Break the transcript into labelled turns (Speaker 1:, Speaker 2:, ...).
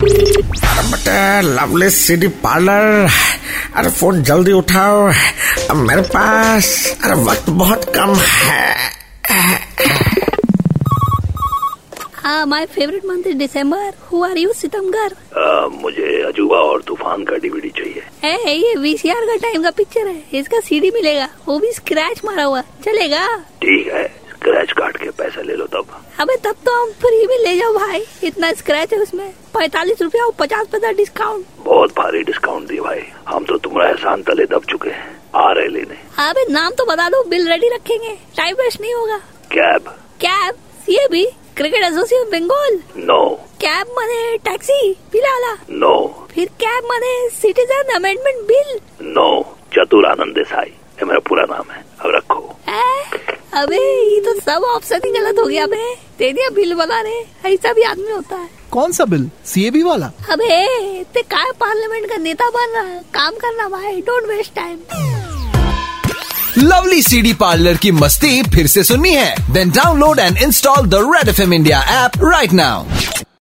Speaker 1: अरे बटे lovely city parlour अरे फोन जल्दी उठाओ अब मेरे पास अरे वक्त बहुत कम है
Speaker 2: my favourite month is December who are you सितमगर
Speaker 3: आ, मुझे अजूबा और तूफान का डीवीडी चाहिए
Speaker 2: है Eh, ये वीसीआर का टाइम का पिक्चर है इसका सीडी मिलेगा वो भी स्क्रैच मारा हुआ चलेगा
Speaker 3: ठीक है स्क्रैच काट के पैसे ले लो तब
Speaker 2: अबे तब तो हम फ्री में ले जाओ भाई इतना स्क्रैच है उसमें पैतालीस रूपया और पचास पैसा डिस्काउंट
Speaker 3: बहुत भारी डिस्काउंट दिए भाई हम तो तुम्हारा एहसान तले दब चुके हैं आ रहे लेने
Speaker 2: अबे नाम तो बता दो बिल रेडी रखेंगे टाइम वेस्ट नहीं होगा
Speaker 3: cab
Speaker 2: cab CAB cricket association Bengal
Speaker 3: no
Speaker 2: cab मने टैक्सी पिलाला
Speaker 3: नो
Speaker 2: फिर कैब मने citizen amendment bill
Speaker 3: no Chatur Anand Desai ये मेरा पूरा नाम है अब रखो
Speaker 2: ऐ, अबे ये तो सब ऑप्शन ही गलत हो गया बे दे दिया बिल बना रहे ऐसा भी आदमी होता है
Speaker 4: कौन सा बिल सीएबी वाला
Speaker 2: अबे ते काय पार्लियामेंट का नेता बन रहा है? काम करना भाई don't waste time
Speaker 5: lovely CD parlour की मस्ती फिर से सुननी है then download and install the red F India app right now